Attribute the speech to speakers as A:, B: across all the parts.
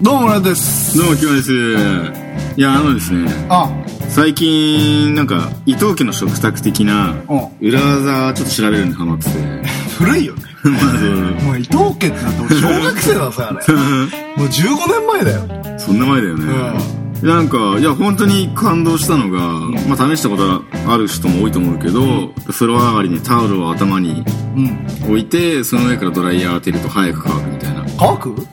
A: 村です
B: どうも、キムです。いや、あのですね、
A: あ
B: 最近、なんか、伊藤家の食卓的な
A: うん、
B: 裏技、ちょっと調べるのにハマってて、
A: 古いよね
B: まず、
A: もう伊藤家ってなって 俺小学生ださあれもう15年前だよ
B: そんな前だよね。なんか、いや、本当に感動したのが、まあ、試したことある人も多いと思うけど、風呂上がりにタオルを頭に
A: うん
B: 置いて、その上からドライヤー当てると早く乾くみたいな。
A: 乾く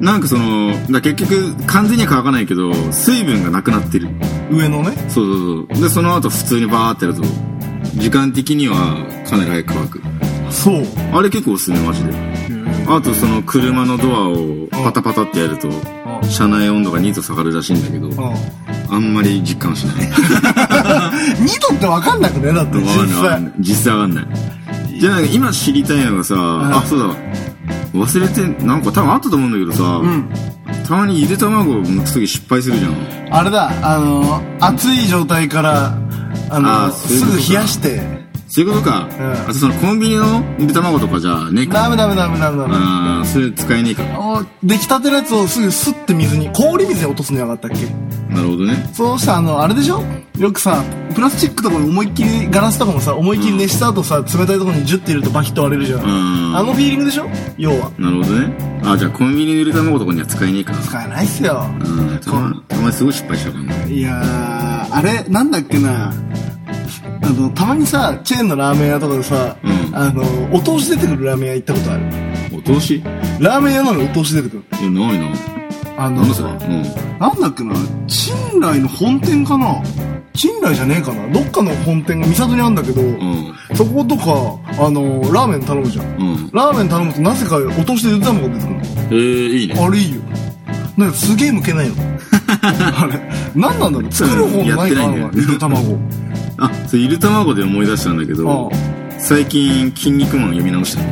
B: なんかその、だから結局、完全には乾かないけど、水分がなくなってる。
A: 上のね
B: そうそうそう。で、その後普通にバーってやると、時間的にはかなり早く乾く。
A: そう
B: あれ結構おすすめマジで。あとその車のドアをパタパタってやると、車内温度が2度下がるらしいんだけど、あんま り実感しない。
A: 2度って分かんなくねだって実
B: わかんな
A: 際
B: い実際わかんない。じゃあ今知りたいのがさ、あ、そうだ。忘れて、なんか多分あったと思うんだけどさ、
A: ん
B: たまにゆで卵を剥くとき失敗するじゃん。
A: あれだあの熱い状態からあの
B: あーそういう
A: す
B: こと
A: ぐ
B: か
A: 冷やして
B: そういうことか。
A: うん
B: あとそのコンビニのゆで卵とかじゃねえか。
A: ダメダメダメダメダメ
B: ああ、それ使えねえか。
A: お出来たてのやつをすぐスッて水に氷水に落とすのやがったっけ
B: なるほどね。
A: そうしたらあのあれでしょよくさプラスチックとかに思いっきりガラスとかもさ思いっきり熱した後さ冷たいところにジュッて入れるとバキッと割れるじゃん、
B: ん
A: あのフィーリングでしょ要は
B: なるほどね。あじゃあコンビニのゆで卵とかには使えねえか。
A: 使えないっすよ
B: うん、たまたまにすごい失敗したからね。
A: いやーあれなんだっけなあのたまにさチェーンのラーメン屋とかでさ、
B: うん
A: あのお通し出てくるラーメン屋行ったことある
B: お通しい
A: ラーメン屋なのにお通し出てくる
B: や、ないな。
A: あの
B: なんだそれ。うん。
A: なんだっけな、賃来の本店かな賃来じゃねえかなどっかの本店が三郷にあるんだけど、
B: うん。
A: そことか、あのラーメン頼むじゃん。
B: うん。
A: ラーメン頼むとなぜかお通しでゆで卵が出てくる
B: えー、いいね。
A: の。あれいいよ。なんかすげえ向けないの。あれ、なんなんだろう作る方もないから
B: や
A: な
B: っ、てない
A: ゆ
B: んだよ
A: で卵。
B: あ、そう、ゆで卵で思い出したんだけど
A: う、
B: 最近、筋肉マン読み直した。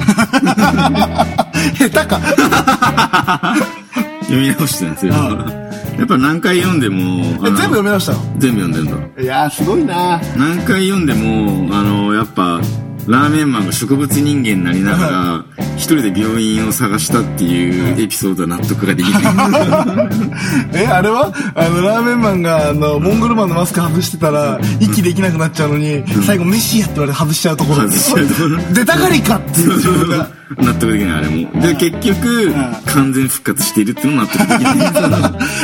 A: 下手か。
B: 読み直したんですよ。やっぱ何回読んでも、あ
A: え全
B: の
A: 部読みましたの
B: 全部読んでんだ。
A: いやー、すごいな
B: 何回読んでも、あの、やっぱ、ラーメンマンが植物人間になりながら、一人で病院を探したっていうエピソードは納得ができない。
A: え、あれはあの、ラーメンマンが、あの、モンゴルマンのマスク外してたら、息できなくなっちゃうのに、最後、メシやって言われて外しちゃうところ。
B: 外しちゃうところ
A: 出たがりかっていう自分が。
B: 納得できない、あれも。で、結局、完全復活しているっていうのも納得できない。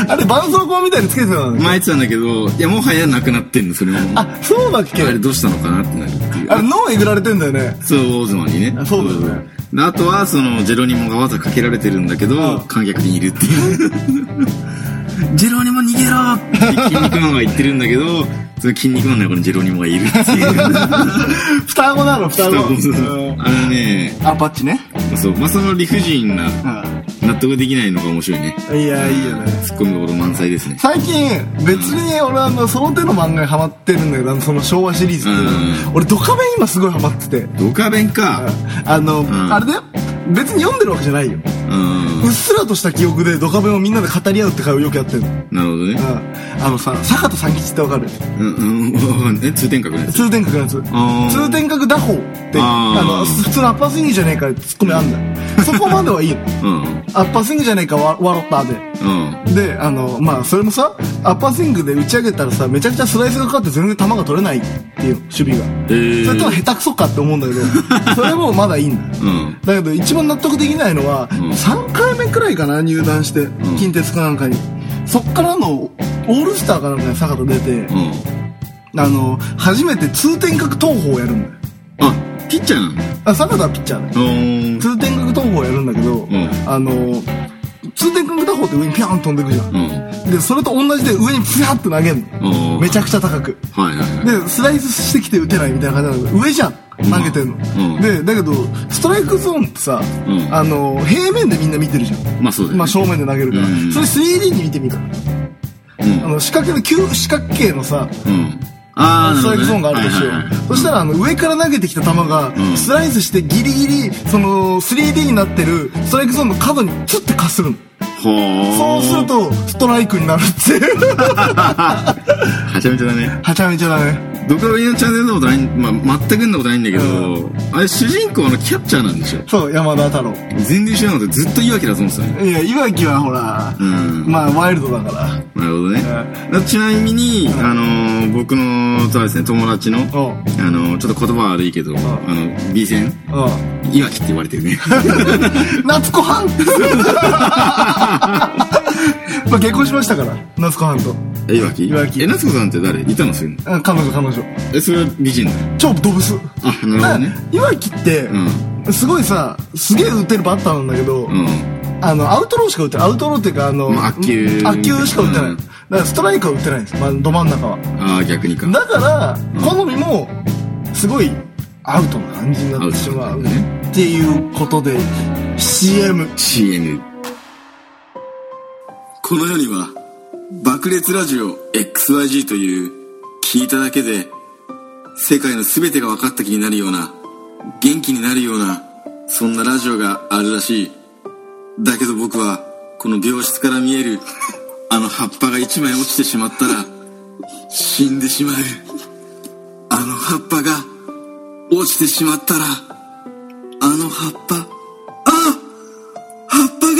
A: あれ、絆創膏みたいにつけてたのね。
B: 前言ってたんだけど、いや、もはやなくなってんの、それも。あ
A: あ、そうだっけあ
B: れ
A: れ、
B: どうしたのかなってなるっていう。
A: 脳えぐられてんだよね。
B: そう、オーズマンにね。
A: あそうだよね
B: であとは、その、ジェロニモがわざかけられてるんだけど、観客にいるっていう。ジェロニモ逃げろって筋肉マンが言ってるんだけど、その筋肉マンの横にジェロニモがいるっていう。
A: 双子なの、双子。うん
B: あのね、
A: アパッチね。
B: そう、まあ、その理不尽な、
A: う
B: 納得できないのが面白いね。
A: ん。いや、いいよね。
B: 突っ込みどころ満載ですね。
A: 最近、別に俺あの、その手の漫画にハマってるんだけど、あのその昭和シリーズっていうの。俺、ドカベン今すごいハマってて。
B: ドカベンか。
A: あの、
B: ん
A: あれだよ。別に読んでるわけじゃないよ。
B: うん。
A: うっすらとした記憶でドカベンをみんなで語り合うって会をよくやってるの。
B: なるほどね。
A: うん。あのさ、坂田三吉ってわかる
B: うん、うんわかん ない、え、通天閣のやつ。
A: 通天閣のやつ。
B: あー
A: 通天閣打法って、
B: あ
A: あ
B: ー
A: の、普通のアッパースイングじゃねえかってツッコミあん だよ。そこまではいいの。
B: うん。うん。
A: アッパースイングじゃねえかわ笑ったで。で、あの、まあ、それもさ、アッパースイングで打ち上げたらさ、めちゃくちゃスライスがかかって全然球が取れないっていう、守備が。
B: えー
A: それとは下手くそかって思うんだけ ど、それもまだいいんだよ。
B: うん。
A: だけど一番納得できないのは、
B: ん
A: 3回目くらいかな入団して
B: ん
A: 近鉄かなんかに、そっからのオールスターかなんかに坂田出て、
B: うん。
A: あの初めて通天閣投法をやるんだよ
B: あ、ピッチャーなの
A: あ坂田はピッチャーだよ
B: うん。
A: 通天閣投法をやるんだけど、
B: ん
A: あの通天閣投法って上にピャーン飛んでくじゃん、
B: うん。
A: でそれと同じで上にピャーって投げる
B: う
A: の
B: ん
A: めちゃくちゃ高く
B: はいはいはい。
A: でスライスしてきて打てないみたいな感じなの上じゃん投げてんの、
B: うん
A: でだけどストライクゾーンってさ、
B: うん
A: あの平面でみんな見てるじゃん
B: まあそうだよ、ね。
A: まあ、正面で投げるから、
B: うん
A: それ 3D に見てみたら
B: うん
A: あ。の四角の旧四角形のさ
B: うん。ああ、
A: スト
B: な
A: ライクゾーンがある
B: るほど、ね。
A: としよう、
B: はいはいはい
A: そしたらあの上から投げてきた球が
B: ん
A: スライスしてギリギリその 3D になってるストライクゾーンの角にツッてかするの
B: ほー。
A: そうする。とストライクになるっていう
B: はちゃめちゃだね。
A: はちゃめちゃだね
B: ドクロイのチャンネルのことない、まあ、全くんなことないんだけど、あれ主人公のキャッチャーなんでしょ
A: そう、山田太郎。
B: 全然知らなくてずっと岩城だと思ってたね。
A: いや、いわきはほら
B: う、ん。
A: まあ、ワイルドだから。
B: なるほどね。あちなみに、あのー僕の、そうですね、友達の、
A: おう
B: あのーちょっと言葉悪いけど、あの、B 線
A: おう
B: 岩城って言われてる ね。
A: 夏子はん まあ、結婚しましたから、夏子はんと。
B: え、岩城
A: 岩城
B: え、夏子さんって誰いたのそういうの
A: あ彼女、彼女。
B: え、それは美人だ。
A: 超ドブス。
B: あ、なるほどね。
A: いわきって、すごいさ、すげえ打てるバッターなんだけど、
B: うん。
A: あの、アウトローしか打てない。アウトローっていうか、あの、
B: まあ悪球
A: 悪球しか打てない。
B: うん
A: だから、ストライクは打てないんです。まあ、ど真ん中は。
B: ああ、逆にか。
A: だから、好みも、すごい、アウトな感じになってしまう。
B: アウトね
A: っていうことで、CM。
B: CM。この世には、爆裂ラジオ XYG という、聞いただけで、世界の全てが分かった気になるような、元気になるような、そんなラジオがあるらしい。だけど僕は、この病室から見える、あの葉っぱが一枚落ちてしまったら、死んでしまう。あの葉っぱが、落ちてしまったら、あの葉っぱ、あ葉っぱが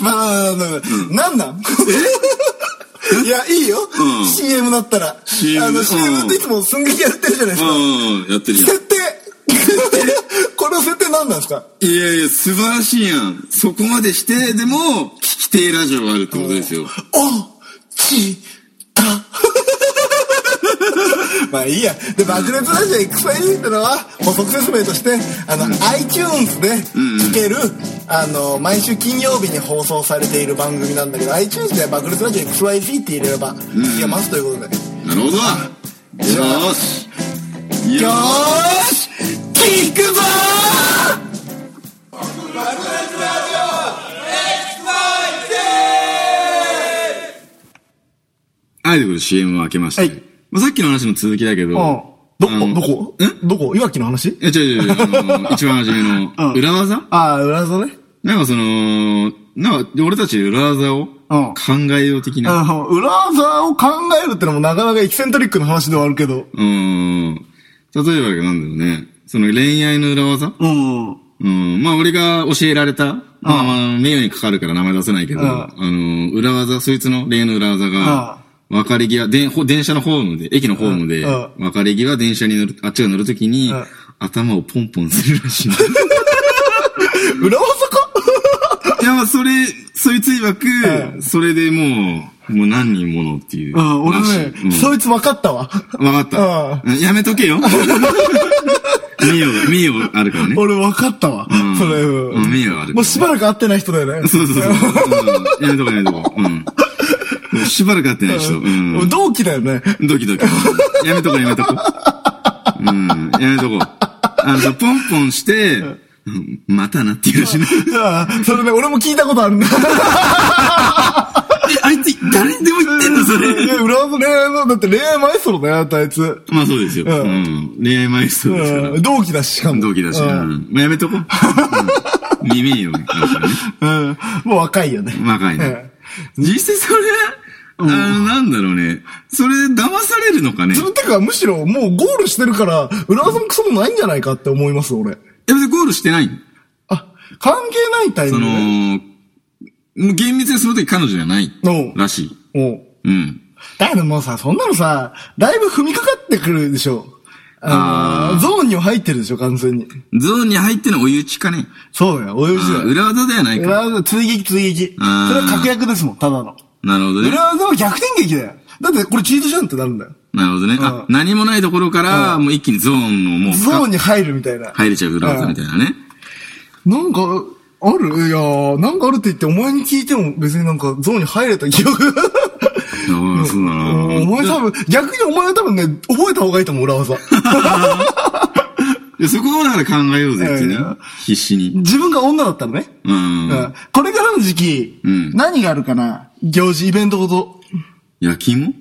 A: まあまあまあまあ、なんなんえ いや、いいよ。
B: ん
A: CM だったら。
B: CM
A: あの、CM っていつも寸劇やってるじゃないですか。
B: うん、やってるじゃん。
A: 設定この設定何なんですか
B: いやいや、素晴らしいやん。そこまでして、でも、聞き手ラジオがあるってことですよ。
A: おちた まあいいや。で、爆裂ラジオ XYZ ってのは、補足説明として、あの、iTunes で聴ける、あの、毎週金曜日に放送されている番組なんだけど、iTunes で爆裂ラジオ XYZ って入れれば、聞けますということで。
B: なるほど。よーし。よ
A: よ
B: ー
A: ーし聞くぞ
B: はい、ということで CM を開けまして。
A: はい
B: まあ、さっきの話の続きだけど。
A: ど
B: あの
A: こどこどこいわきの話
B: いや、違う違う違うあの一番初め
A: うん
B: の、裏技
A: ああ、裏技ね。
B: なんかその、なんか、俺たち裏技を
A: うん
B: 考えよう的な。
A: あの、裏技を考えるってのもなかなかエキセントリックな話ではあるけど。
B: うん。例えばなんだろうね。その恋愛の裏技
A: うん。
B: うん。まあ、俺が教えられた、まあ、まあ名誉にかかるから名前出せないけど、
A: うん
B: あの、裏技、そいつの例の裏技が、別れ際、でほ電車のホームで、駅のホームで、
A: うん
B: 別れ際、電車に乗る、あっちが乗るときに、
A: うん
B: 頭をポンポンするら しいんだ。
A: 裏技か
B: いや、まあ、それ、そいつ曰く、
A: う
B: それでもう、もう何人ものってい
A: う
B: うらしい。
A: ん、俺ね、
B: うん
A: そいつ分かったわ。
B: わかった。やめとけ よ。名誉が、名誉があるからね。
A: 俺分かったわ。
B: ん
A: それ、う
B: うん
A: ん。
B: 名誉がある。
A: もうしばらく会ってない人だよね。
B: そうそうそう。うんやめとこうやめとこう。うん。もうしばらく会ってない人。うん。
A: 同期だよね。
B: ドキドキ。やめとこうやめとこう。うん。やめとこう。あの、ポンポンして、うんまたなっていうらしいな。
A: ああそれね、俺も聞いたことあるんだ。
B: えあいつ、誰にでも言ってんのそ
A: い
B: れ。
A: や、裏技恋愛の、だって恋愛マイストロだよ、あんたあいつ。う
B: まあそうですよ。うん。恋愛マイストですから。
A: ん、同期だし、しかも。
B: 同期だし。
A: う。
B: うんん。まあやめとこ う。うん耳よ。やっぱりね
A: うんもう若いよね。
B: 若いね。実際それ、あの、なんだろうね。それ、騙されるのかね。
A: それてか、むしろもうゴールしてるから、裏技もクソもないんじゃないかって思います、俺。
B: え、別にゴールしてないの
A: あ、関係ないタイ
B: そ
A: ミングね。
B: の、もう厳密にその時彼女じゃない
A: おう
B: らしい。
A: おう
B: うん。
A: だけどもうさ、そんなのさ、だいぶ踏みかかってくるでしょ。あの
B: あー
A: ゾーンには入ってるでしょ、完全に。
B: ゾーンに入ってのお湯打ちかね。
A: そうだよ、およしだよ。
B: あ裏技ではない
A: 裏
B: か。
A: 技、追撃追撃。それ
B: あー
A: は確約ですもん、ただの。
B: なるほどね
A: 裏。技は逆転劇だよ。だってこれチートじゃんってなるんだよ。
B: なるほどね。あ、何もないところから、もう一気にゾーンのもう、
A: ゾーンに入るみたいな。
B: 入れちゃう裏技みたいなね。
A: なんか、あるいやー、なんかあるって言って、お前に聞いても別になんかゾーンに入れた記憶。
B: ああ、そうだな。
A: お前多分、逆にお前は多分ね、覚えた方がいいと思う、裏技。
B: でそこをだから考えようぜってね
A: うん。
B: 必死に。
A: 自分が女だったらね。
B: うん。
A: うんこれからの時期、
B: うん
A: 何があるかな行事、イベントごと。
B: 焼き芋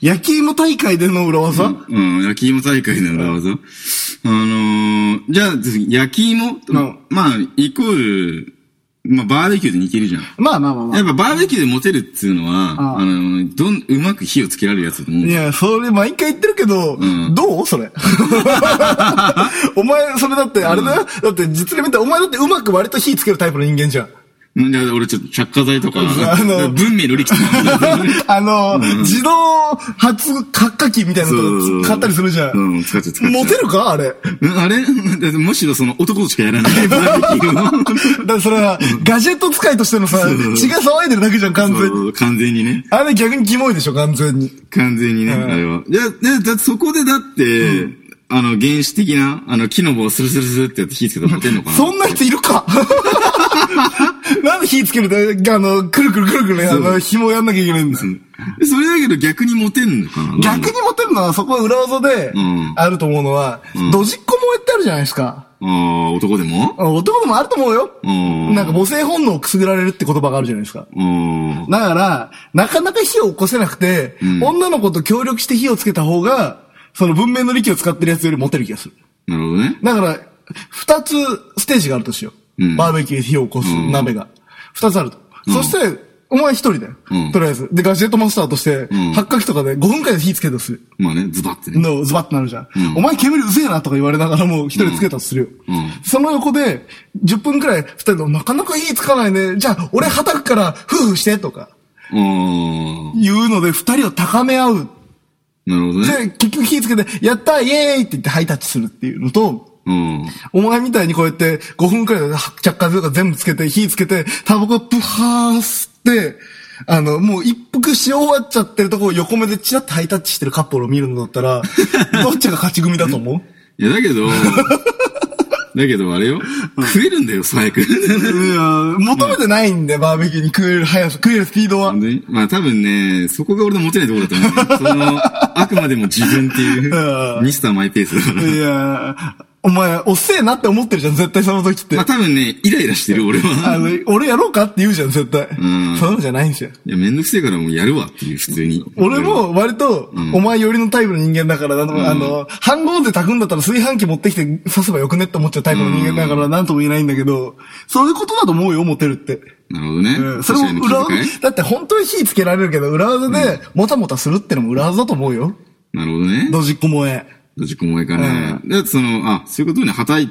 A: 焼き芋大会での裏技、
B: うん、焼き芋大会の裏技。あのー、じゃあ、焼き芋、
A: ん
B: まあ、イコール、まあ、バーベキューと似てるじゃん。
A: まあまあまあま
B: や
A: あ
B: っ。ぱバーベキューでモテるっつうのは、
A: あ
B: あ
A: あ
B: の、どん、うまく火をつけられるやつだと思う
A: い。や、それ毎回言ってるけど、
B: ん
A: どうそ れ。お前、それだって、あれだよ、だって実例見たら、お前だってうまく割と火つけるタイプの人間じゃん。
B: うん、だから俺ちょっと着火剤と か、
A: あの
B: 文明の力士
A: あの、自動発火火器みたいなのとか買ったりするじゃん。
B: うん、使っちゃう使っちゃう。
A: モテるかあれ。
B: うんあれだってむしろその男しかやら ないバーベキュー
A: だからそれは、ガジェット使いとしてのさ、血が騒いでるだけじゃん、完
B: を
A: 全に。
B: そう。完全にね。
A: あれ逆にキモいでしょ、完全に。
B: 完全にね、
A: うん
B: あれは。いや、だだってそこでだって、あの、原始的な、あの、木の棒をスルスルスルってやって火つけたらモテんの かな
A: そんな人いるかなんで火つけると、あの、くるくるくるくるね、あの、紐やんなきゃいけないんだ。
B: それだけど逆にモテんのかな
A: 逆にモテるのは、そこは裏技で
B: うん、
A: あると思うのは、ドジっ子萌えってあるじゃないですか。
B: ああ、男でも
A: 男でもあると思うよ。
B: うん
A: なんか母性本能をくすぐられるって言葉があるじゃないですか。
B: うん。
A: だから、なかなか火を起こせなくて、女の子と協力して火をつけた方が、その文明の利器を使ってるやつよりモテる気がする。
B: なるほどね。
A: だから、二つステージがあるとしよう。
B: うん
A: バーベキューで火を起こす鍋が。二つあると。そして、お前一人だよ。
B: うん
A: とりあえず。で、ガジェットマスターとして、
B: ん
A: 八角とかで5分間で火つけたとする。
B: まあね、ズバってね。
A: の、ズバッとなるじゃん。お前煙うぜえなとか言われながらもう一人つけたとするよ。
B: うん
A: その横で、10分くらい二人のなかなか火つかないね。じゃあ、俺叩くから、夫婦してとか、
B: うん。
A: 言うので二人を高め合う。
B: なるほどね。
A: で、結局火つけて、やったイエーイって言ってハイタッチするっていうのと、
B: うん。
A: お前みたいにこうやって5分くらいで着火剤とか全部つけて、火つけて、タバコプハー吸って、あの、もう一服し終わっちゃってるとこを横目でチラッとハイタッチしてるカップルを見るのだった ら、どっちが勝ち組だと思う
B: いや、だ けど、だけどあれよ。食えるんだよ、最悪。
A: いや、求めてないんで、バーベキューに食える速さ、食えるスピードは。
B: 本当にまあ多分ね、そこが俺の持てないところだと思う。その、あくまでも自分っていうう、ミスターマイペースだから。
A: いや、お前、おっせえなって思ってるじゃん、絶対その時って
B: まあ。多分ね、イライラしてる俺
A: あ
B: は。
A: の、俺やろうかって言うじゃん、絶対。
B: ん
A: そういうのじゃないんですよ。
B: いや、めんどくせえからもうやるわっていう、普通に。
A: 俺も割と、お前寄りのタイプの人間だから、あの、あの飯盒で炊くんだったら炊飯器持ってきて刺せばよくねって思っちゃうタイプの人間だから、なんとも言えないんだけど、そういうことだと思うよ、モテるって。
B: なるほどね。
A: うん、それも裏技
B: 確かに気遣い、
A: だって本当に火つけられるけど、裏技で、もたもたするってのも裏技だと思うよ。
B: なるほどね。
A: ドジっ子萌え。
B: どっちこもえかね。で、その、あ、そういうことね、はたい、ん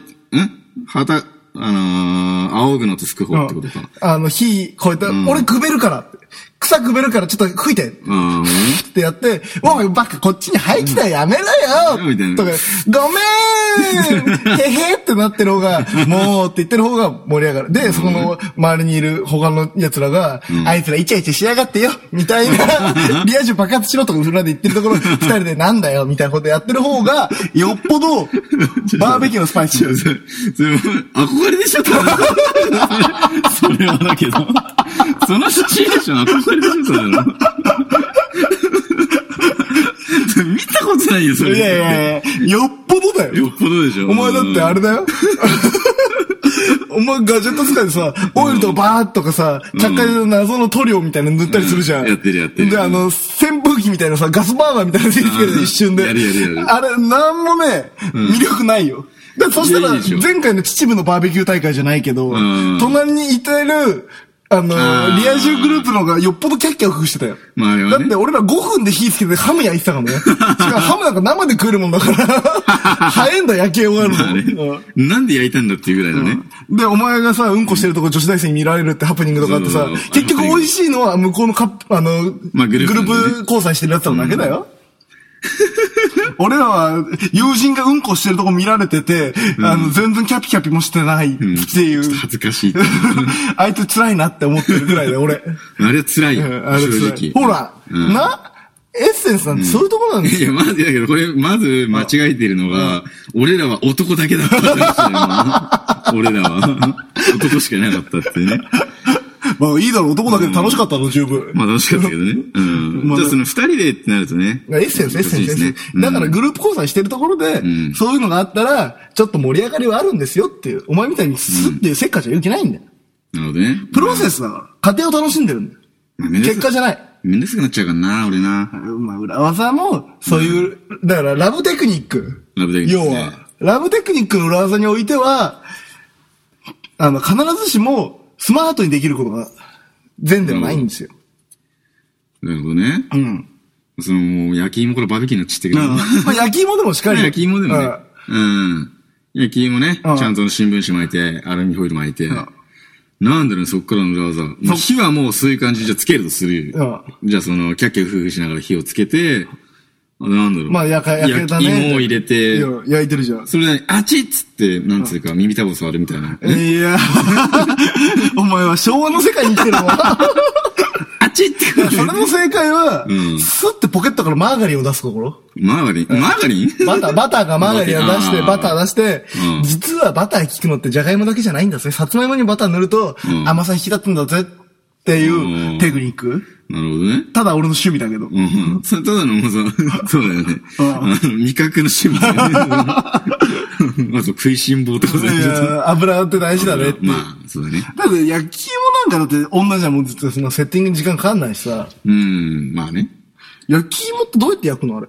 B: はた、あのー、仰ぐのと吹く方ってことか。
A: あの、火超えた、俺くべるからって。草くべるからちょっと吹いて。
B: うん。
A: ってやって、おい、バカ、こっちに入きたらやめろよ
B: みたいな
A: とか、ごめーんへへってなってる方が、もうって言ってる方が盛り上がる。で、そこの周りにいる他の奴らが、あいつらイチャイチャしやがってよみたいな、リア充爆発しろとか裏で言ってるところ、二人でなんだよみたいなことやってる方が、よっぽど、バーベキューのスパイシ
B: いや、
A: ー。
B: それ、それ、憧れでしょ、多分それはだけど。そのシチュエーション憧れでしょ、それの。それ見たことないよ、それ。
A: いやいやいや、よっぽどだよ。
B: よっぽどでしょ。
A: お前だってあ
B: れ。
A: れ だよ。お前ガジェット使いでさ、オイルとかバーっとかさ、着火剤の謎の塗料みたいなの塗ったりするじゃん。
B: うんやってるやってる
A: で、あの、扇風機みたいなさ、ガスバーナーみたいなのつけてる
B: うん
A: 一瞬で。
B: やるやるやる
A: あれ、なんもね、魅力ないよ。だからそしたら
B: いやいいでしょ、
A: 前回の秩父のバーベキュー大会じゃないけど
B: ん、
A: 隣にいてる、あの
B: あ、ー
A: リア充グループの方がよっぽどキャッキャフクしてたよ。
B: まああれはね
A: だって俺ら5分で火つけてハム焼いてたからね。しかもハムなんか生で食えるもん だから、早いんだ夜景終わる
B: まあね
A: の。うん
B: なんで焼いたんだっていうぐらいのね。
A: で、お前がさ、うんこしてるとこ女子大生に見られるってハプニングとかあってさ
B: そうそうそう、
A: 結局美味しいのは向こうのカップ、あの、
B: まあグループなんでね
A: グループ交際してるやつらだけだよ。 俺らは、友人がうんこしてるとこ見られてて、あの、全然キャピキャピもしてないっていう。
B: ちょっと恥ずかしいって。
A: あいつ辛いなって思ってるぐらいで、俺。
B: あれは辛いよ、
A: うんあれ辛
B: 正直
A: い。ほら、
B: うん
A: な、エッセンスなんてそういうところなんですよ
B: いや、まず、だけど、これ、まず、間違えてるのが、俺らは男だけだったって話だよ。俺らは。 男しかいなかったってね。
A: まあいいだろ、男だけで楽しかったの、十分。
B: まあ、楽しかったけどね。うん。
A: まあ
B: じゃあ、その二人でってなるとね。
A: エッセンス、エッセンス、エッ
B: 難しい
A: セ
B: で
A: ン
B: す
A: ス。だから
B: うん
A: グループ交際してるところで、
B: ん
A: そういうのがあったら、ちょっと盛り上がりはあるんですよっていう。お前みたいにスッていうせっかちは言う気ないんだよ。
B: なるほどね。
A: プロセスだから。家庭を楽しんでるんだよ。
B: まあ
A: 結果じゃない。。
B: めんどくさめんどくさくなっちゃうからな、俺な。
A: まあ、裏技も、そういう、だからラブテクニック。
B: ラブテクニック
A: 要
B: ね
A: は、ラブテクニックの裏技においては、あの、必ずしも、スマートにできることが全ではないんですよ。
B: なるほどね。
A: うん。
B: その、もう、焼き芋からバーベキューになっちゃったけど。
A: まあ、焼き芋でもしっかり。
B: 焼き芋でもね
A: うん。
B: うん。焼き芋ね。ち
A: うん
B: ゃんと新聞紙巻いて、アルミホイル巻いて。なんだろうね、そっからの裏技。まあ火はもうそういう感じじゃつけるとする。
A: う
B: じゃあその、キャッキャフフしながら火をつけて、あなんだろう。
A: まあ焼か焼けたね
B: 焼き芋を入れ
A: い
B: て
A: や、焼いてるじゃん。
B: それなりにあちっつって、なんつうか、耳たぶを触るみたいな。
A: いや お前は昭和の世界に生きてる わ。
B: あちっって。
A: それの正解は、
B: ん
A: スッてポケットからマーガリンを出す心。
B: マーガリンマーガリン
A: バター、バターがマーガリンを出して、
B: あー
A: バター出して、
B: うん
A: 実はバター効くのってジャガイモだけじゃないんだぜ。さつまいもにバター塗ると
B: うん
A: 甘さ引き立つんだぜっていううんテクニック。
B: なるほどね。
A: ただ俺の趣味だけど。
B: うん。それただのもうさ、そうだよね。あの味覚の趣味だ よね。あと食いしん坊とか
A: いや油って大事だねって。
B: まあ、そうだね。
A: だって焼き芋なんかだって女じゃんもうずっとそのセッティングに時間かかんないしさ。
B: うん、まあね。
A: 焼き芋ってどうやって焼くのあれ。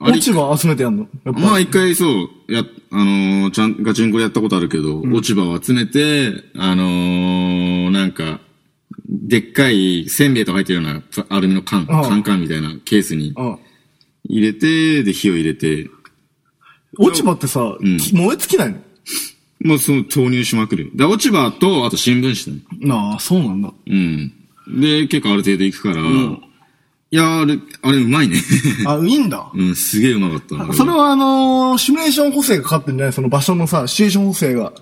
B: あれ
A: 落ち葉集めてやんのやっぱ。
B: まあ一回そう、や、あのーちゃん、ガチンコでやったことあるけど、落ち葉を集めて、あのーなんか、でっかいせんべいとか入ってるようなプアルミの缶、缶缶みたいなケースに
A: うん。
B: 入れて、で火を入れて、
A: 落ち葉ってさ、
B: ん
A: き燃え尽きないの
B: もうその投入しまくる。で、落ち葉と、あと新聞紙だね。
A: なあ、そうなんだ。
B: うん。で、結構ある程度行くから、いやー、あれ、あれうまいね。
A: あ、いいんだ。
B: うん、すげえうまかった。
A: それはあのーシミュレーション補正がかかってんじゃないその場所のさ、シチュエーション補正が。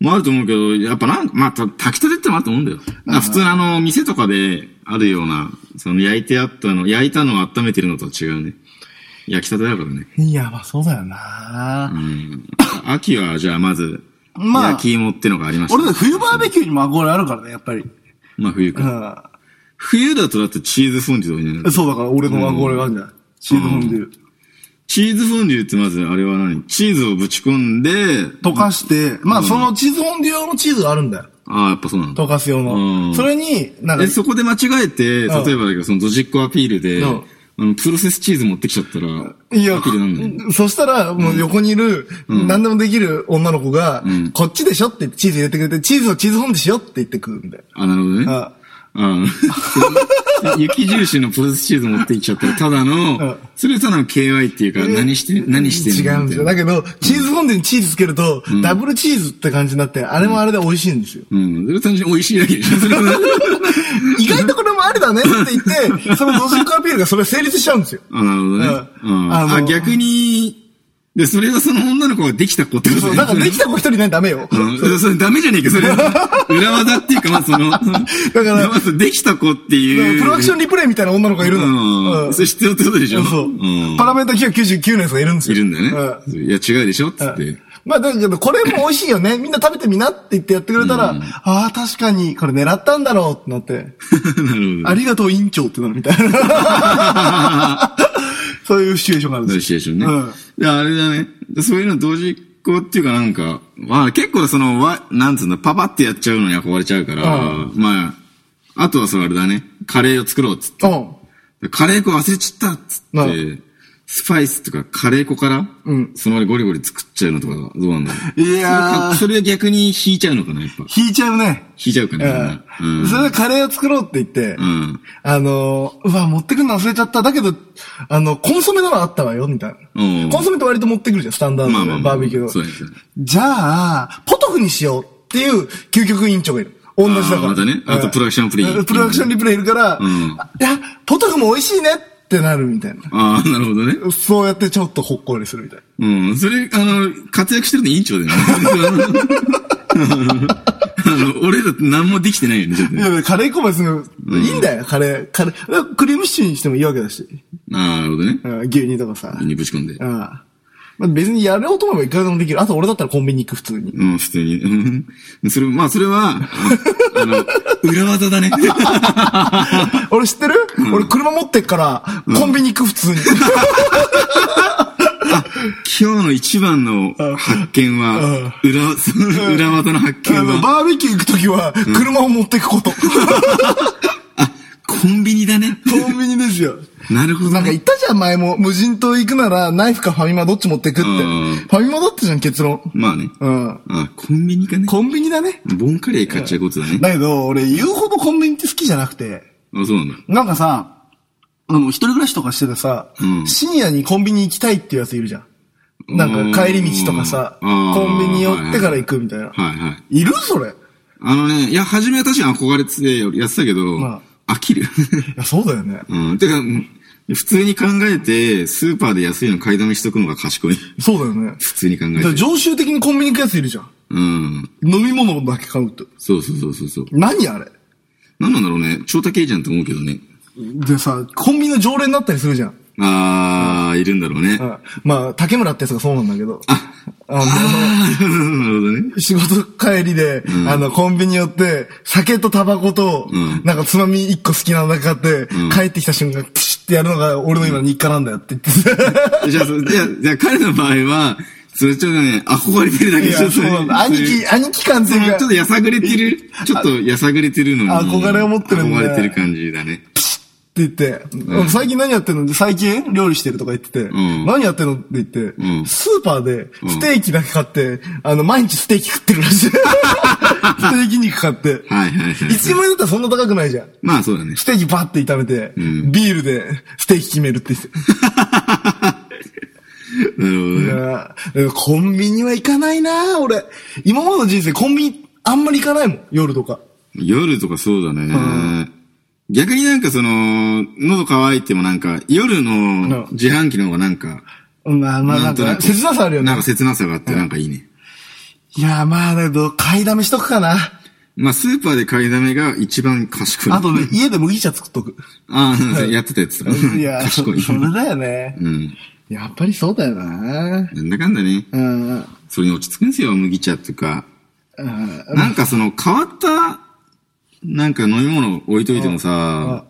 B: もあると思うけど、やっぱなんまあ、た炊きたてってのもあると思うんだよ。あ普通のあの、店とかであるような、その焼いてあったの、焼いたのを温めてるのとは違うね。焼きたてだからね。
A: いや、まあそうだよ
B: う。
A: なん
B: 秋は、じゃあまず、
A: まあ
B: 焼き芋ってのがありました。
A: 俺だって冬バーベキューにも憧れあるからね、やっぱり。
B: まあ冬
A: う
B: か。
A: ん。
B: 冬だとだってチーズフォンデュとかになる。
A: そうだから俺の憧れがあるんじゃないチーズフォンデュ。
B: チーズフォンデュってまず、あれは何チーズをぶち込んで、
A: 溶かして、まあそのチーズフォンデュ用のチーズがあるんだよ。
B: ああ、やっぱそうなんだ
A: 溶。かす用
B: う
A: の。
B: ん
A: それに、なんか
B: え、、そこで間違えて、例えばだけど、そのドジッコアピールで、
A: うん
B: あの、プロセスチーズ持ってきちゃったら、
A: いや
B: アピールなんだよ。、
A: そしたら、もう横にいる、何でもできる女の子が、こっちでしょってチーズ入れてくれて、チーズをチーズフォンデュしようって言ってくるんだよ。
B: あ、なるほどね。
A: あ
B: あ 雪印のプロセスチーズ持ってきちゃったら、ただ
A: うん
B: の、それただの KY っていうか、何して、何して
A: 違うんですよ。
B: みた
A: だけ
B: いな
A: ど、チーズフォンデュにチーズつけると、ダブルチーズって感じになって、あれもあれで美味しいんですよ。
B: うん。それ単純に美味しいだけでしょ。それは
A: 意外とこれもありだねって言っ て、そのドジックアピールがそれ成立しちゃうんですよ。
B: あ、なるほどね。
A: うん
B: うん
A: あの
B: あ、逆に、で、それがその女の子ができた子ってこと
A: そう、
B: ね
A: だからできた子一人いないとダメよ。
B: うん、それダメじゃねえか、 それ。裏技っていうか、まあ、その、だ
A: ら
B: まずできた子って
A: プ
B: いう。
A: ロアクションリプレイみたいな女の子がいるの。
B: う。
A: うんんそ
B: そ
A: う。
B: れ必要ってことでしょん。
A: パラメータ999のやつがいるんです
B: い
A: よ。
B: るんだよ
A: う
B: ね。いや、違うでしょっつっ
A: うん
B: て。
A: まあ、だけど、これも美味しいよね。みんな食べてみなって言ってやってくれたら、ああ、確かに、これ狙ったんだろうってなって、
B: なる
A: ありがとう委員長ってなるみたい な。そういうシチュエーションがあるん
B: ほど。
A: です
B: シチュエーションね
A: うん。
B: であれだね。そういうの同時行っていうかなんか、まあ結構その、わ、なんつうんだ、パパってやっちゃうのに憧れちゃうから、
A: う
B: まあ、あとはそれあれだね。カレーを作ろうっつって。
A: よ。うん。
B: でカレー粉忘れちゃったっつ
A: な
B: って、スパイスとかカレー粉から、その場でゴリゴリ作っちゃうのとかどうなんだろう。
A: いやー
B: それは逆に引いちゃうのかな、やっぱ。
A: 引いちゃうね。
B: 引いちゃうか
A: う
B: な。
A: ん。それでカレーを作ろうって言って、
B: うん。
A: あのー、うわ、持ってくるの忘れちゃった。だけど、あの、コンソメならあったわよ、みたい
B: うん
A: な。コンソメって割と持ってくるじゃん、スタンダード
B: まあまあ
A: で、
B: まあ
A: バーベキューの
B: そうですね。
A: じゃあ、ポトフにしようっていう究極委員長がいる。同じだから。
B: あーまたねあとプロダクションリプレイ
A: うんプロダクションリプレイいるから、
B: ん
A: いや、ポトフも美味しいねってなるみたいな。
B: ああ、なるほどね。
A: そうやってちょっとほっこりするみたいな。
B: うん。それ、あの、活躍してるの委員長だよね。 あの、俺ら何もできてないよね、ちょっと
A: い
B: ね。
A: やいや、カレー粉別に、いいんだよ、カレー。カレー、クリームシチューにしてもいいわけだし。
B: ああ、なるほどね。
A: うん牛乳とかさ。
B: にぶち込んで
A: う。んまあ、別にやろうと思えばいくらでもできる。あと俺だったらコンビニ行く、普通に。
B: うん、普通に。うんそれ、まあ、それは、あの、裏技だね。
A: 俺知ってる、俺車持ってっから、コンビニ行く、普通に。
B: 今日の一番の発見は、裏、その裏 技の発 見
A: あの
B: は、
A: バーベキュー行くときは、 車を持ってくこと。
B: コンビニだね。
A: コンビニですよ。
B: なるほどね
A: なんか言ったじゃん、前も。無人島行くなら、ナイフかファミマどっち持ってくって。フ
B: ん
A: ァミマだったじゃん、結論。
B: まあね。
A: うん。
B: あ、コンビニかね。
A: コンビニだね。
B: ボンカレー買っちゃうことだね。
A: だけど、俺言うほどコンビニって好きじゃなくて。
B: あ、そうなんだ。
A: なんかさ、あの、一人暮らしとかしててさ、
B: うん
A: 深夜にコンビニ行きたいっていうやついるじゃん。なんか帰り道とかさ、
B: うんあー
A: コンビニ寄ってから行くみたいな。
B: はいはい。
A: いるそれ。い
B: あのね、いや、初めは確かに憧れててやってたけど、
A: ま
B: 飽きる。
A: や、そうだよね。
B: うん。てか、うん普通に考えて、スーパーで安いの買いだめしとくのが賢い。
A: そうだよね。
B: 普通に考え
A: だから
B: て。
A: 常習的にコンビニ行くやついるじゃん。
B: うん。
A: 飲み物だけ買うって。
B: そうそうそうそうそう。
A: 何あれ
B: なんなんだろうね。超高いじゃんと思うけどね。
A: でさ、コンビニの常連になったりするじゃん。
B: あー、いるんだろうね。
A: うんまあ、竹村ってやつがそうなんだけど。あの、
B: あー、 なるほどね。
A: 仕事帰りで、あの、コンビニ寄って、酒とタバコと、
B: ん
A: なんかつまみ一個好きなのだけ買って、帰ってきた瞬間、プシュってやるのが俺の今の日課なんだよって言って。
B: じゃあ、そじゃあ、じゃあ彼の場合は、それちょっとね、憧れてるだけ
A: い
B: でしょ、
A: や、
B: そ
A: そう
B: れ
A: なんだ。兄貴、兄貴感って
B: そ
A: いう
B: のちょ
A: か
B: っと、やさぐれてる、ちょっとやさぐれてるのに。
A: 憧れを持ってるんだ
B: 憧れてる感じだね。
A: って言って、最近何やってんの最近料理してるとか言ってて、
B: ん
A: 何やってんのって言って、
B: ん
A: スーパーでステーキだけ買って、あの、毎日ステーキ食ってるら しい。ステーキ肉買って。
B: はいはいはい。
A: 一万円だったらそんな高くないじゃん。
B: まあそうだね。
A: ステーキバッて炒めて、ビールでステーキ決めるって言って。
B: なるほどね。
A: いやーコンビニは行かないなー俺。今までの人生コンビニあんまり行かないもん、夜とか。
B: 夜とかそうだね。逆になんかその、喉乾いてもなんか、夜の
A: うん
B: 自販機の方がなんか、
A: うん、まあまあなんか、切なさあるよ
B: なん
A: ね
B: か。切なさがあってなんかいいね。
A: いやーまあだけど、買いだめしとくかな。
B: まあスーパーで買いだめが一番賢い。
A: あとね、家で麦茶作っとく。
B: ああ、そうやってたやつだ。
A: いやー、そ
B: 賢い。
A: それだよね。
B: うん。
A: やっぱりそうだよな
B: なんだかんだね。
A: うん。うん
B: それに落ち着くんですよ、麦茶とか。なんかその変わった、なんか飲み物置いといてもさ、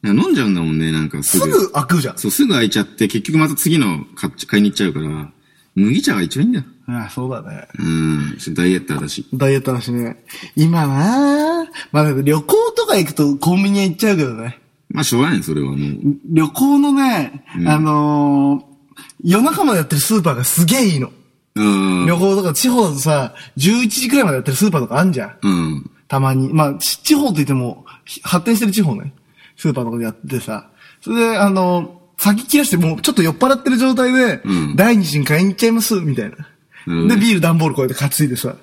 B: なんか飲んじゃうんだもんね、なんかす
A: す
B: ぐ。
A: ぐ開くじゃん。
B: そう、すぐ開いちゃって、結局また次の買っち買いに行っちゃうから、麦茶が一番いいんだよ。
A: ああ、そうだね。
B: うん、ダイエッターだし。
A: ダイエットだしね。今なまあだけど旅行とか行くとコンビニは行っちゃうけどね。
B: まあ、しょうがないね、それはもう。
A: 旅行のね、あのー、夜中までやってるスーパーがすげえいいの。
B: うん。
A: 旅行とか地方だとさ、11時くらいまでやってるスーパーとかあんじゃん。
B: うん。
A: たまに。まあ、ち地方といっても、ひ発展してる地方ね。スーパーとかでやってさ。それで、あの、先切らして、もうちょっと酔っ払ってる状態で、
B: うん
A: 第二次に買いに行っちゃいます、みたいな。
B: うん
A: で、ビール段ボールこうやって担いで さ、